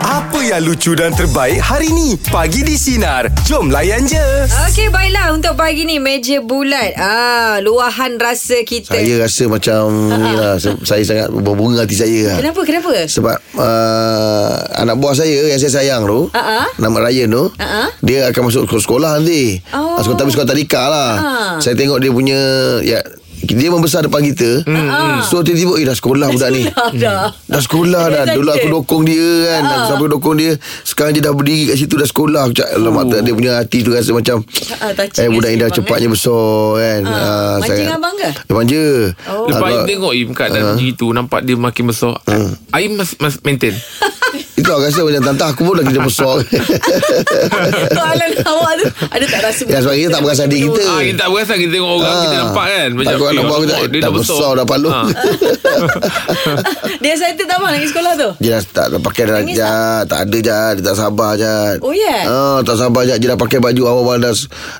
Apa yang lucu dan terbaik hari ni? Pagi di Sinar. Jom layan je. Okey, baiklah untuk pagi ni meja bulat. Ah, luahan rasa kita. Saya rasa macam ni lah se- Saya sangat berbunga hati saya lah Ha, Kenapa? Kenapa? Sebab uh, Anak buah saya Yang saya sayang tu Ha-ha. Nama Ryan tu Ha-ha. Dia akan masuk ke sekolah nanti Ha, Oh. Ah, sekolah, Tapi sekolah tadika lah Ha. Saya tengok dia punya ya, Dia membesar depan kita So tiba-tiba Eh dah sekolah budak ni Ha, Dah, dah. Dah sekolah dah Dia Ah. Dulu saja. aku dokong dia kan Aku sampai dokong dia Sekarang dia dah berdiri kat situ Dah sekolah Aku cakap Alamak tak, dia punya hati tu rasa macam Oh. Ah, touching Eh budak rasa ni dah abang, cepatnya besar kan Ah, Ah, mancing sangat- abang ke? Dia manja Oh. Ah, Lepas Im kalau- tengok Im kat dalam Ah. uh. gitu Nampak dia makin besar uh. Im mas, mas maintain Itu aku rasa macam Tantah aku pun dah kita besar Soalan awak tu ada tak rasa Hmm. Ya sebab kita tak perasan diri kita ah, Kita tak berasa Kita tengok orang Eh. Ah. Kita nampak kan Takut anak buah aku tak, dia tak besar dah palu Ah. Dia excited tak abang lagi sekolah tu? Dia dah tak, tak pakai dah Nangis Jad Tak ada Jad Dia tak sabar Jad Oh, ya? Ah, Tak sabar Jad Dia dah pakai baju awal-awal dah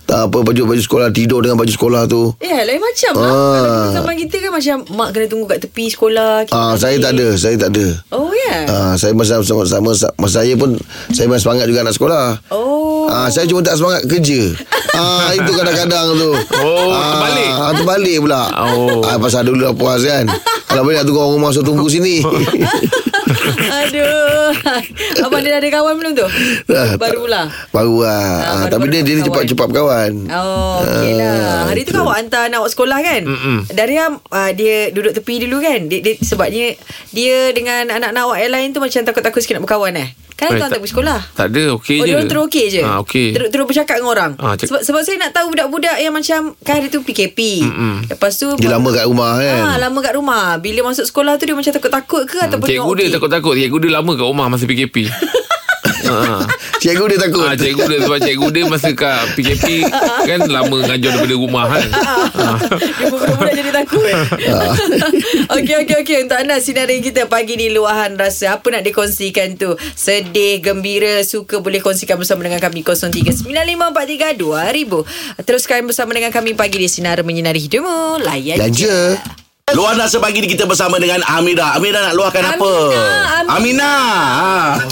tak apa, Baju-baju sekolah Tidur dengan baju sekolah tu Ya, lain macam lah. Ah. Kalau dulu zaman kita kan macam mak kena tunggu kat tepi sekolah. kita Ah, Saya tak ada Saya tak ada Oh, ya. Ah, saya masa sama, sama masa saya pun saya memang semangat juga nak sekolah. Oh. Ah, saya cuma tak semangat kerja. ah, itu kadang-kadang tu. Oh, terbalik. Ah, terbalik pula. Oh. Ah, pasal dulu dah puas kan. Kalau boleh nak tunggu orang rumah so tunggu sini. Aduh. Abang dia dah ada kawan belum tu? Ah, tak- Baru pula. Baru lah. Ah, baru-baru tapi dia dia berkawan. cepat-cepat berkawan. Oh, okey lah. Ah, Hari tu kan itu. awak hantar anak awak sekolah kan? Mm-mm. Dariam, uh, dia duduk tepi dulu kan? Dia, dia, sebabnya dia dengan anak-anak awak yang lain tu macam takut-takut sikit nak berkawan eh? Kan Eh, tuan tak tak- pergi sekolah? Tak ada okey Oh, dia je orang terus okey je? ah, Okey Terus, terus bercakap dengan orang? Ah, cak- sebab, sebab saya nak tahu budak-budak yang macam, kan hari tu PKP. Mm-mm. Lepas tu... Dia lama kat rumah Ha, kan. lama kat rumah. Bila masuk sekolah tu dia macam takut-takut ke? Hmm, Ataupun Cikgu tengok dia okey? takut-takut Cikgu dia lama kat rumah Masa PKP Ah. Cikgu dia takut. Ah, cikgu dia sebab cikgu dia masa kat PKP kan lama ngajar daripada rumah kan. Ah. Dia pun budak-budak jadi takut Okey okey okey Untuk anda sinari kita Pagi ni luahan rasa Apa nak dikongsikan tu Sedih, gembira Suka boleh kongsikan bersama dengan kami 0395432000 Teruskan bersama dengan kami Pagi di Sinar Menyinari Hidupmu Layan Dan je. Luar rasa pagi ni kita bersama dengan Amira. Amira nak luahkan apa? ha. Aminah, Amina.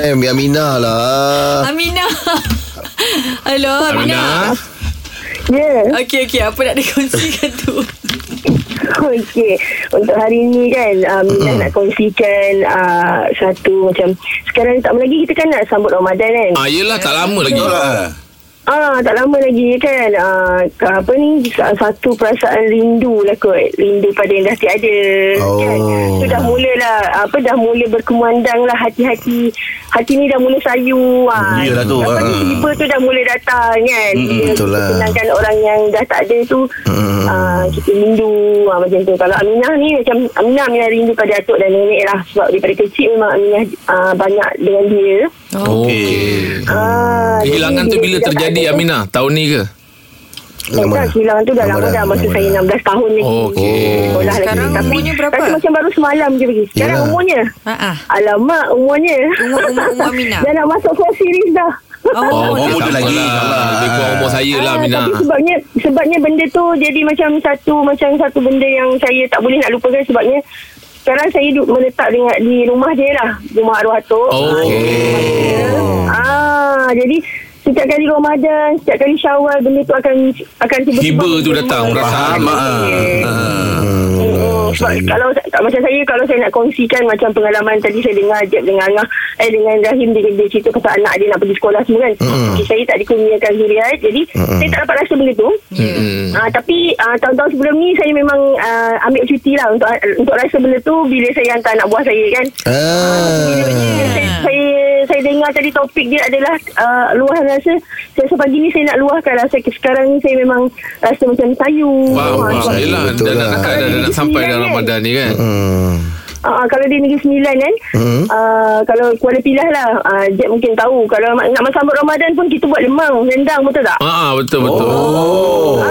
Eh, biar Mina lah. Aminah Hello Aminah Aminah. Ya, Okey okey Apa nak dikongsikan tu okey. Untuk hari ni kan, um, mm. nak kongsikan uh, satu macam sekarang tak lama lagi kita kan nak sambut Ramadan kan. Ah, yelah tak lama lagi. Betul lah. Ha. Ah, tak lama lagi kan. Ah, apa ni sa- satu perasaan rindu lah kot. Rindu pada yang dah tiada. Kan? Oh. So dah mulalah apa dah mula berkemandang lah hati-hati. Hati ni dah mula sayu. Ah. Yelah tu, Lepas ah. tiba tu dah mula datang kan. Bila betul kita lah. kenangkan orang yang dah tak ada tu. Mm. Ah, kita rindu ah, macam tu. Kalau Aminah ni macam Aminah, Aminah rindu pada atuk dan nenek lah. Sebab daripada kecil memang Aminah ah, banyak dengan dia. Oh. Okey. Ah, jadi Kehilangan tu bila dah tak ada terjadi tu, Aminah? Tahun ni ke? Lama Lama dah? dah. Hilang tu dah Lama lama, dah, dah. Masa lama saya dah. 16 tahun lagi. Okey. Sekolah lagi. Sekarang Tapi umurnya berapa? Rasa macam baru semalam je pergi. Sekarang Yelah. umurnya. Ha ah. Alamak, umurnya. Umur- umur- umur Aminah. dah nak masuk full series dah. Oh, Oh, okey, muda sama lagi. lah. Lebih kurang umur saya lah Ah, Aminah. Tapi sebabnya sebabnya benda tu jadi macam satu macam satu benda yang saya tak boleh nak lupakan sebabnya sekarang saya duduk meletak dengan di rumah dia lah rumah arwah atuk. Okey. Ah, jadi setiap kali Ramadan, setiap kali Syawal benda tu akan akan tiba-tiba Hiba tu datang, perasaan. Faham. Okay. ah. Hmm, sebab saya- kalau tak, macam saya kalau saya nak kongsikan macam pengalaman tadi saya dengar Jeb dengan Angah eh dengan Rahim dia, dia cerita pasal anak dia nak pergi sekolah semua kan Mm-mm. okay, saya tak dikurniakan zuriat jadi Mm-mm. saya tak dapat rasa benda tu Hmm. Ah, tapi ah, tahun-tahun sebelum ni saya memang ah, ambil cuti lah untuk untuk rasa benda tu bila saya hantar anak buah saya kan Ah. saya, saya saya dengar tadi topik dia adalah uh, luahan rasa saya sepagi ni saya nak luahkan rasa sekarang ni saya memang rasa macam sayu Faham, Ah, faham. sebab- saya Yelah, betul dah nak lah. dekat, dah, dah nak sampai dalam Ramadan ni kan. Hmm. Ah, ah, kalau dia Negeri Sembilan kan Hmm. ah, Kalau Kuala Pilah lah ah, Jack mungkin tahu Kalau ma- nak sambut Ramadan pun Kita buat lemang Rendang betul tak? Ah. Ah, ah, betul betul. Oh.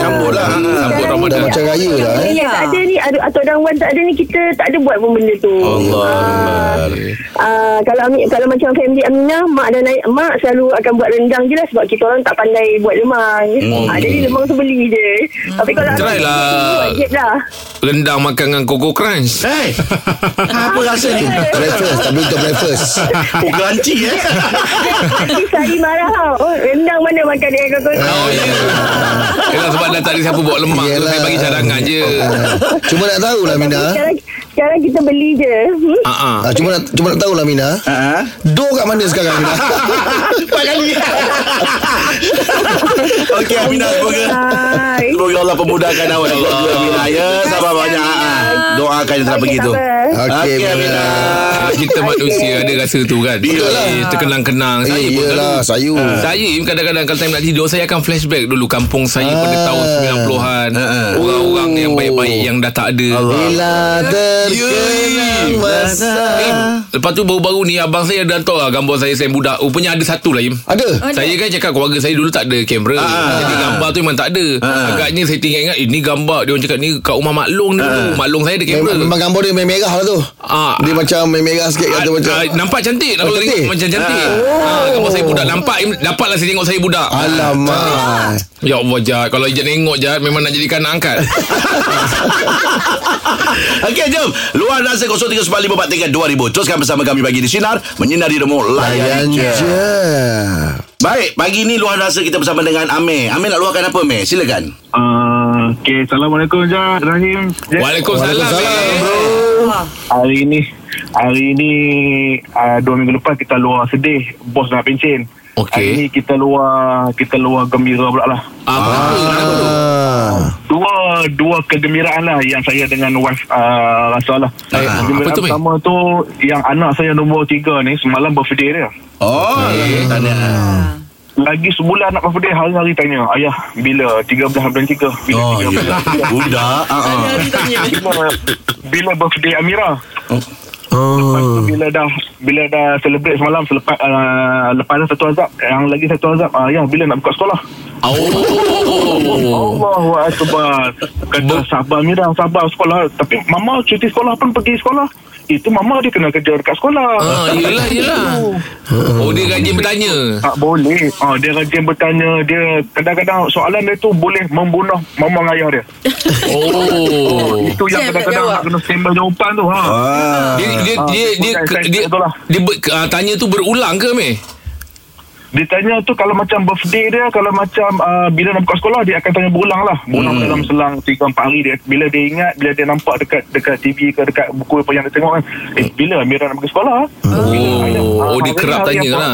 Nyambut lah. Sambut Sekarang Dah Ramadan. macam raya lah eh. Ya. Tak ada ni ada- Atau dangwan tak ada ni Kita tak ada buat pun benda tu Allah. Ah, ah, Ah. kalau Ami, kalau macam family Aminah mak dan ayah, mak selalu akan buat rendang je lah sebab kita orang tak pandai buat lemang. Ha, jadi lemang tu beli je. Hmm. Tapi kalau Hmm. Try Ami, lah. buat je lah. Rendang makan dengan Coco Crunch. Hei Apa rasa ni Breakfast Tapi untuk breakfast Ganci eh Nanti Sari marah tau. Oh, rendang mana makan dengan kau Oh ya. Yelah sebab dah tak ada siapa bawa lemang tu Yelah. saya bagi cadangan je. Cuma nak tahu lah Mina Sekarang, sekarang kita beli je. Hmm? Ha ah. ah, Cuma nak cuma nak tahu lah Mina Ha? Do kat mana sekarang Mina Empat kali Okey Aminah semoga Hai. Semoga Allah pemudahkan awak Ya Allah Aminah ya Sabar banyak Ah, Doakan yang telah pergi tu sabar. Okey, Mina. Ah, Kita manusia ada rasa tu kan. Eh, Terkenang-kenang saya Eh pun lah. yelah dulu. Ah. Sayu Saya kadang-kadang kalau time nak tidur saya akan flashback dulu kampung saya pada Ah. Oh. tahun 90-an. Orang-orang yang baik-baik yang dah tak ada. Bila terkenang masa Eh, lepas tu baru-baru ni abang saya dah hantar lah gambar saya saya budak. Rupanya ada satu lah Im. Ada Saya kan cakap keluarga saya dulu tak ada kamera. Ah. Jadi gambar tu memang tak ada. Agaknya saya tinggal ingat eh, ni gambar dia orang cakap ni kat rumah Mak Long dulu. Mak Long saya ada kamera. Ah. Memang, memang gambar dia memang merah lah tu Ah. Dia macam memang merah sikit Ah, kata macam ah, nampak cantik Oh, Kalau cantik? Oh. tengok macam cantik ah, Gambar saya budak Nampak Im, Dapatlah saya tengok saya budak Ah. Alamak Ya Allah Jad Kalau Ijat tengok Jad Memang nak jadikan anak angkat Okey jom Luar rasa 0345432000 Teruskan bersama kami Bagi di Sinar Menyinari remuk Layan Yang je je Baik Pagi ni luar rasa kita bersama dengan Amir Amir nak luahkan apa Amir Silakan Ah, okay, Assalamualaikum Jad Rahim Jad, Waalaikumsalam, Waalaikumsalam, eh. bro. Ah, Hari ni Hari ni uh, Dua minggu lepas kita luar sedih Bos nak pencen Okey. Hari ni kita luar Kita luar gembira pula lah Ah, Apa tu Kenapa tu Ah. Dua Dua kegembiraan lah Yang saya dengan wife uh, Rasa lah Eh, apa Kegembiraan tu, Min? pertama tu Yang anak saya nombor tiga ni Semalam birthday dia Oh Tanya Lagi sebulan nak birthday Hari-hari tanya Ayah bila 13 bulan 3 Bila Oh 13 ya bulan tiga?" Budak ah, ah. Hari-hari tanya. Cuma Bila birthday Amira Lepas tu Oh. bila dah bila dah celebrate semalam selepas uh, lepas dah satu azab yang lagi satu azab uh, ya bila nak buka sekolah. Ah. Oh Allahu akbar. Kata sabar Mira sabar sekolah tapi mama cuti sekolah pun pergi sekolah. Itu mama dia kena kerja dekat sekolah. ah, Yelah yelah Oh dia rajin bertanya Tak boleh. Ah dia rajin bertanya dia kadang-kadang soalan dia tu boleh membunuh mama dengan ayah dia. Oh Itu yang Siap nak kadang-kadang jawab. nak kena sembang jawapan tu ha. Dia dia Ah, dia dia dia, bukan, saya- dia, saya betul lah. dia ber, ah, tanya tu berulang ke meh? Dia tanya tu kalau macam birthday dia, kalau macam uh, bila nak buka sekolah, dia akan tanya berulang lah. Berulang hmm. dalam selang 3-4 hari. Dia, bila dia ingat, bila dia nampak dekat dekat TV ke dekat buku apa yang dia tengok kan. Eh, bila Amira nak pergi sekolah? ah?" Oh, oh dia kerap tanya lah.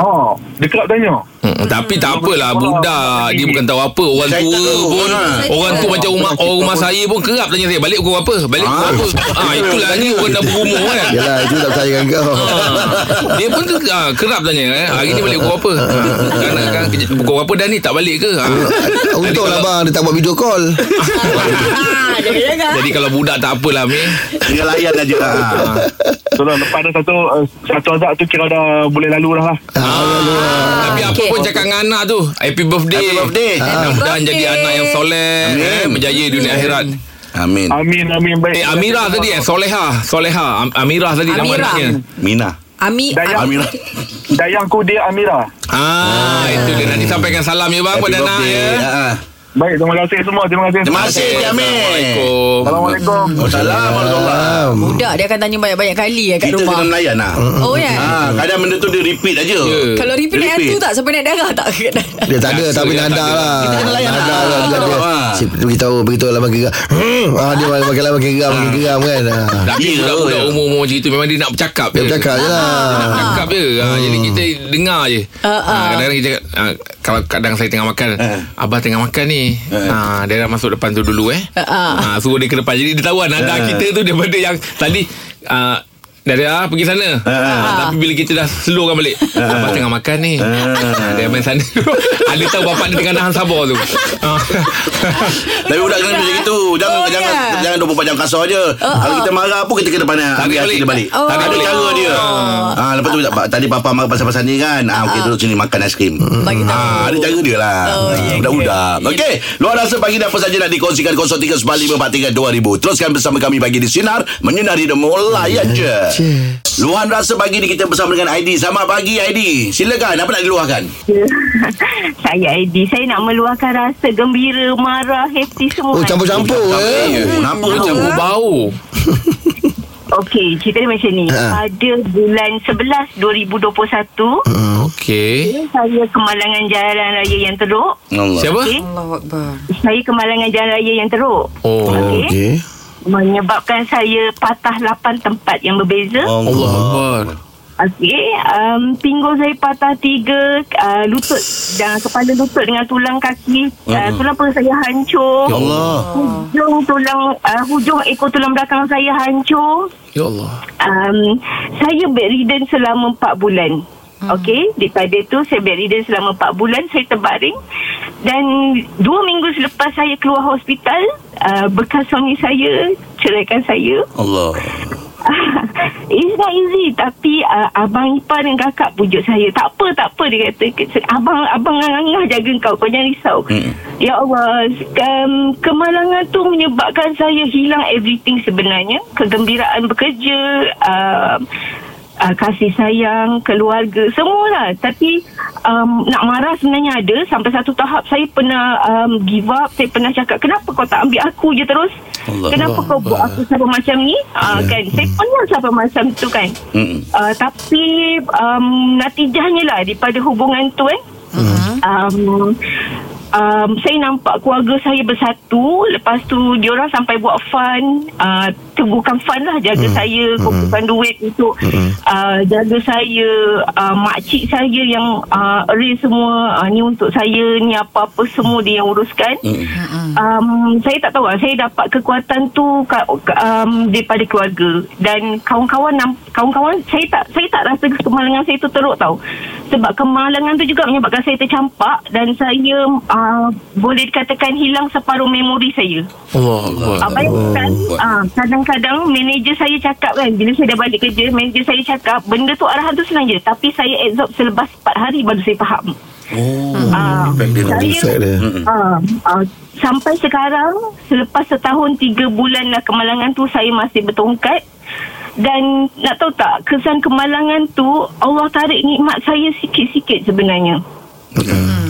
Ha, dia kerap tanya. Hmm, tapi tak apalah budak dia bukan tahu apa orang Saya tua tak tahu. pun Ah. orang tu macam rumah orang rumah saya pun kerap tanya saya balik pukul apa balik pukul Ah. apa ah itulah ni orang dah berumur kan Yelah itu tak percaya dengan kau Ah, dia pun tu ah, kerap tanya eh. Hari ni balik pukul apa? Ah, Kan kan kerja- pukul apa dah ni tak balik ke? Ah. Untunglah kalau- lah, bang Dia tak buat video call Ah, Jangan-jangan. Jadi kalau budak tak apalah Min. Dia layan aja lah So, lah, lepas dah satu, uh, satu azab tu kira dah boleh lalu dah lah. Ah, tapi apa Okey. pun cakap dengan anak tu. Happy birthday. Happy birthday. Mudah-mudahan jadi Birthday. anak yang soleh, eh, berjaya dunia akhirat. Amin Amin, amin. Baik. Eh Amira tadi eh Soleha Soleha Am- Amira tadi nama Amira. anaknya Mina Ami, Dayang, Amira dayangku dia Amira. Ah, itu dia nanti sampaikan salam ya bang pada anak ya. Ah, ah. Baik, terima kasih semua. Terima kasih. Terima kasih Amir Assalamualaikum. Assalamualaikum. Oh, Ah. Assalamualaikum budak dia akan tanya banyak-banyak kali eh kat Kita kena rumah. melayan lah Oh ya. Ah, kadang benda tu dia repeat aja. Ya. Kalau repeat naik Repeat. hantu tak sampai naik darah tak? Dia tak ada Biasa Tapi dia nada tak ada. lah Kita kena layan Nada lah. lah dia ada. Ah. Si, Beritahu Beritahu lama geram Hmm, ah, Dia makin lama makin geram Makin geram kan Ah. Tapi Ya, budak-budak ya. umur-umur macam itu memang dia nak bercakap ya. Dia bercakap je lah Nak cakap je ha, Jadi kita dengar je Hmm. Ah, Eh. ah. ha, Kadang-kadang kita cakap ha, Kalau kadang saya tengah makan Abah tengah makan ni ha, Dia dah masuk depan tu dulu eh Eh. Ah, ah. Eh. ha, Suruh dia ke depan Jadi dia tahu lah nada kita tu Daripada yang tadi ha, Dah dia ah, pergi Eh. sana ha, Tapi bila kita dah slowkan balik Abah tengah makan ni Eh. ha, Dia main sana Ada tahu bapak dia tengah nahan sabar tu ha. Tapi budak kena macam itu. Jangan Oh, jangan ya. Oh, jangan 24 jam kasar je. Kalau kita marah pun kita kena pandai Tarik ambil hati balik. dia balik. Oh. Ada Tarik balik. cara Oh. dia. dia. Ah, lepas tu "Pa- tadi papa makan pasal-pasal ni kan. Ah, okey duduk sini makan aiskrim. Bagi tahu. Ah, ada cara dia lah. Oh, ya, Budak-budak. okey. Okey, luar rasa pagi ni apa saja nak dikongsikan 0395432000. Teruskan bersama kami pagi di sinar menyinari demo layan je. Luahan rasa pagi ni kita bersama dengan Aidi. Selamat pagi Aidi. Silakan apa nak diluahkan? saya Aidi. Saya nak meluahkan rasa gembira, marah, happy semua. Oh campur-campur eh Eh, Kenapa Macam macam bau Okey, cerita dia macam ni. Ha. Pada bulan 11 2021, Okey saya kemalangan jalan raya yang teruk. Allah. Siapa? Okey. Allahu Akbar. Saya kemalangan jalan raya yang teruk. Oh Okey. Okey Menyebabkan saya patah 8 tempat yang berbeza. Allah Akbar Okey, um, pinggul saya patah tiga, uh, lutut dan kepala lutut dengan tulang kaki, uh, tulang perut saya hancur. Ya Allah Ah. Hujung tulang uh, hujung ekor tulang belakang saya hancur. Ya Allah Um, saya bedridden selama 4 bulan. Okey, daripada tu saya bedridden selama 4 bulan, saya terbaring dan 2 minggu selepas saya keluar hospital, uh, bekas suami saya ceraikan saya. Allah. It's not easy Tapi uh, Abang Ipar dan kakak Pujuk saya Tak apa tak apa Dia kata "Ke- Abang Abang angah jaga kau Kau jangan risau Mm. Ya Allah um, Kemalangan tu Menyebabkan saya Hilang everything sebenarnya Kegembiraan bekerja uh, Uh, kasih sayang keluarga semualah tapi um, nak marah sebenarnya ada sampai satu tahap saya pernah um, give up saya pernah cakap kenapa kau tak ambil aku je terus Allah. kenapa kau buat aku sampai macam ni uh, kan saya pernah sampai macam tu kan Mm. uh, tapi um, natijahnya lah daripada hubungan tu kan um, um, saya nampak keluarga saya bersatu lepas tu diorang sampai buat fund uh, teguhkan fund lah jaga hmm. saya kumpulkan duit untuk hmm. uh, jaga saya uh, makcik saya yang uh, arrange semua uh, ni untuk saya ni apa-apa semua dia yang uruskan Mm. um, saya tak tahu lah saya dapat kekuatan tu ka- ka- um, daripada keluarga dan kawan-kawan nam- kawan-kawan saya tak saya tak rasa kemalangan saya tu teruk tau sebab kemalangan tu juga menyebabkan saya tercampak dan saya uh, boleh dikatakan hilang separuh memori saya Allah Akbar Ah, bayangkan ah, kadang-kadang manager saya cakap kan bila saya dah balik kerja manager saya cakap benda tu arahan tu senang je tapi saya absorb selepas 4 hari baru saya faham. Oh. Ah, Effect saya dia Hmm. ah, ah, sampai sekarang selepas setahun 3 bulan lah kemalangan tu saya masih bertongkat dan nak tahu tak kesan kemalangan tu Allah tarik nikmat saya sikit-sikit sebenarnya.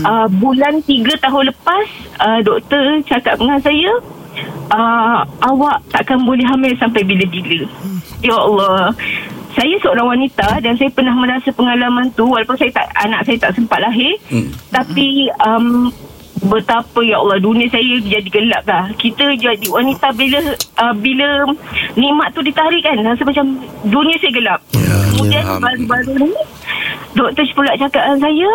Uh, bulan 3 tahun lepas uh, doktor cakap dengan saya uh, awak takkan boleh hamil sampai bila-bila. Ya Allah. Saya seorang wanita dan saya pernah merasa pengalaman tu walaupun saya tak anak saya tak sempat lahir hmm. tapi um, betapa ya Allah dunia saya jadi gelap dah. Kita jadi wanita bila uh, bila nikmat tu ditarik kan rasa macam dunia saya gelap. Ya, Kemudian ya. baru-baru ni Doktor pula cakap dengan saya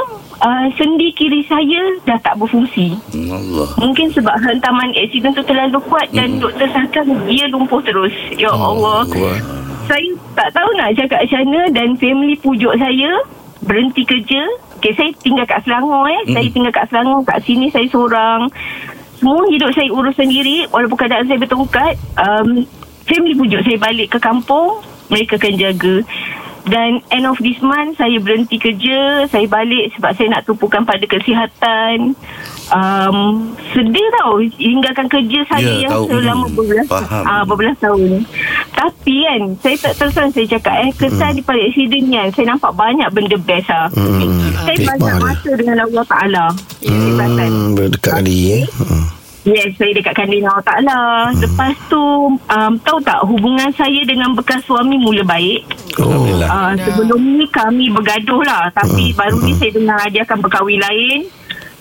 uh, Sendi kiri saya dah tak berfungsi Allah. Mungkin sebab hantaman aksiden tu terlalu kuat Dan doktor sangka dia lumpuh terus Ya Oh, Allah Saya tak tahu nak cakap macam mana Dan family pujuk saya Berhenti kerja Okay saya tinggal kat Selangor eh Saya tinggal kat Selangor Kat sini saya seorang Semua hidup saya urus sendiri Walaupun keadaan saya bertongkat um, Family pujuk saya balik ke kampung Mereka akan jaga dan end of this month saya berhenti kerja, saya balik sebab saya nak tumpukan pada kesihatan. Um, sedih tau tinggalkan kerja saya Ya, yeah, yang tahu. selama Hmm, berbelas faham. ah, berbelas tahun. Tapi kan saya tak tersan saya cakap eh kesan hmm. daripada accident ni kan saya nampak banyak benda best lah. Hmm. Saya Hikmah banyak dia. masa dengan Allah Ta'ala. Hmm. Hmm, berdekatkan diri eh. Hmm. Yes, saya dekatkan diri Allah Ta'ala. Lepas tu, um, tahu tak hubungan saya dengan bekas suami mula baik. Oh, Alhamdulillah. Ah, sebelum ni kami bergaduh lah Tapi baru ni saya dengar dia akan berkahwin lain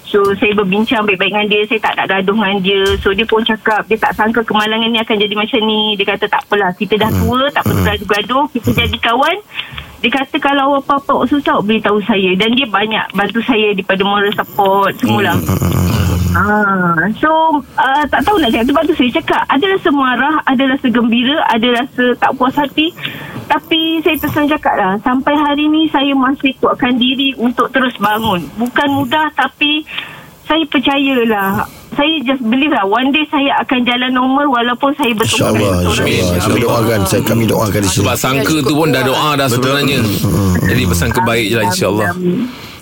So saya berbincang baik-baik dengan dia Saya tak nak gaduh dengan dia So dia pun cakap Dia tak sangka kemalangan ni akan jadi macam ni Dia kata tak apalah Kita dah tua Tak perlu gaduh-gaduh Kita jadi kawan Dia kata kalau apa-apa susah Beritahu saya Dan dia banyak bantu saya Daripada moral support Semula Ah, so uh, tak tahu nak cakap sebab tu saya cakap ada rasa marah, ada rasa gembira, ada rasa tak puas hati tapi saya terus cakap lah sampai hari ni saya masih kuatkan diri untuk terus bangun bukan mudah tapi saya percayalah saya just believe lah one day saya akan jalan normal walaupun saya bertemu InsyaAllah dengan orang. InsyaAllah Saya doakan saya, Kami doakan di sini Sebab sangka tu pun dah doa dah sebenarnya Jadi bersangka baik je lah insyaAllah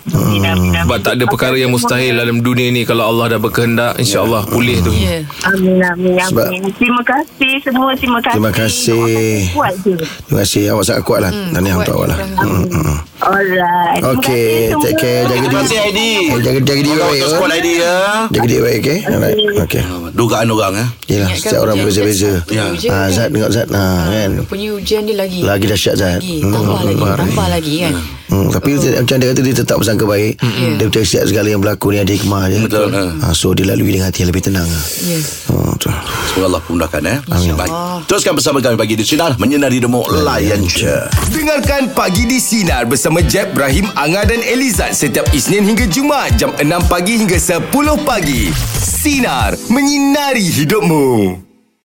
Amin, amin, amin. Sebab tak ada perkara yang mustahil dalam dunia ni Kalau Allah dah berkehendak InsyaAllah pulih tu Ya. Amin, amin, Sebab- amin. Terima kasih semua. Terima kasih. Terima kasih. Kuat je. Terima kasih Awak sangat kuat lah Tahniah untuk awak lah Hmm, hmm, hmm. Alright. Terima Okay kasih Take semua. care Jaga Terima diri kasih Aidi Eh, Jaga, jaga diri Kau baik eh. untuk squad Aidi ya Jaga diri baik okay Alright Okay Dugaan orang eh Yelah Ingatkan Setiap orang hujan berbeza-beza kat sana. Hujan ha, kan. Zat tengok Zat ha, kan Punya hujan dia lagi Lagi dahsyat Zat lagi Hmm, Tambah lagi lebar ni. Tambah lagi kan Hmm, tapi dia, macam dia kata dia tetap bersangka baik. Ya. Dia percaya setiap segala yang berlaku ni ada hikmah dia. Betul, Ha, ha. so dia lalui dengan hati yang lebih tenang. Ya. Hmm, betul. Semoga Allah pemudahkan eh Baik Teruskan bersama kami Pagi di Sinar Menyinari Demo Layan je Dengarkan Pagi di Sinar bersama Jeb, Ibrahim, Anga dan Elizad setiap Isnin hingga Jumaat jam 6 pagi hingga 10 pagi. Sinar, menyinari hidupmu.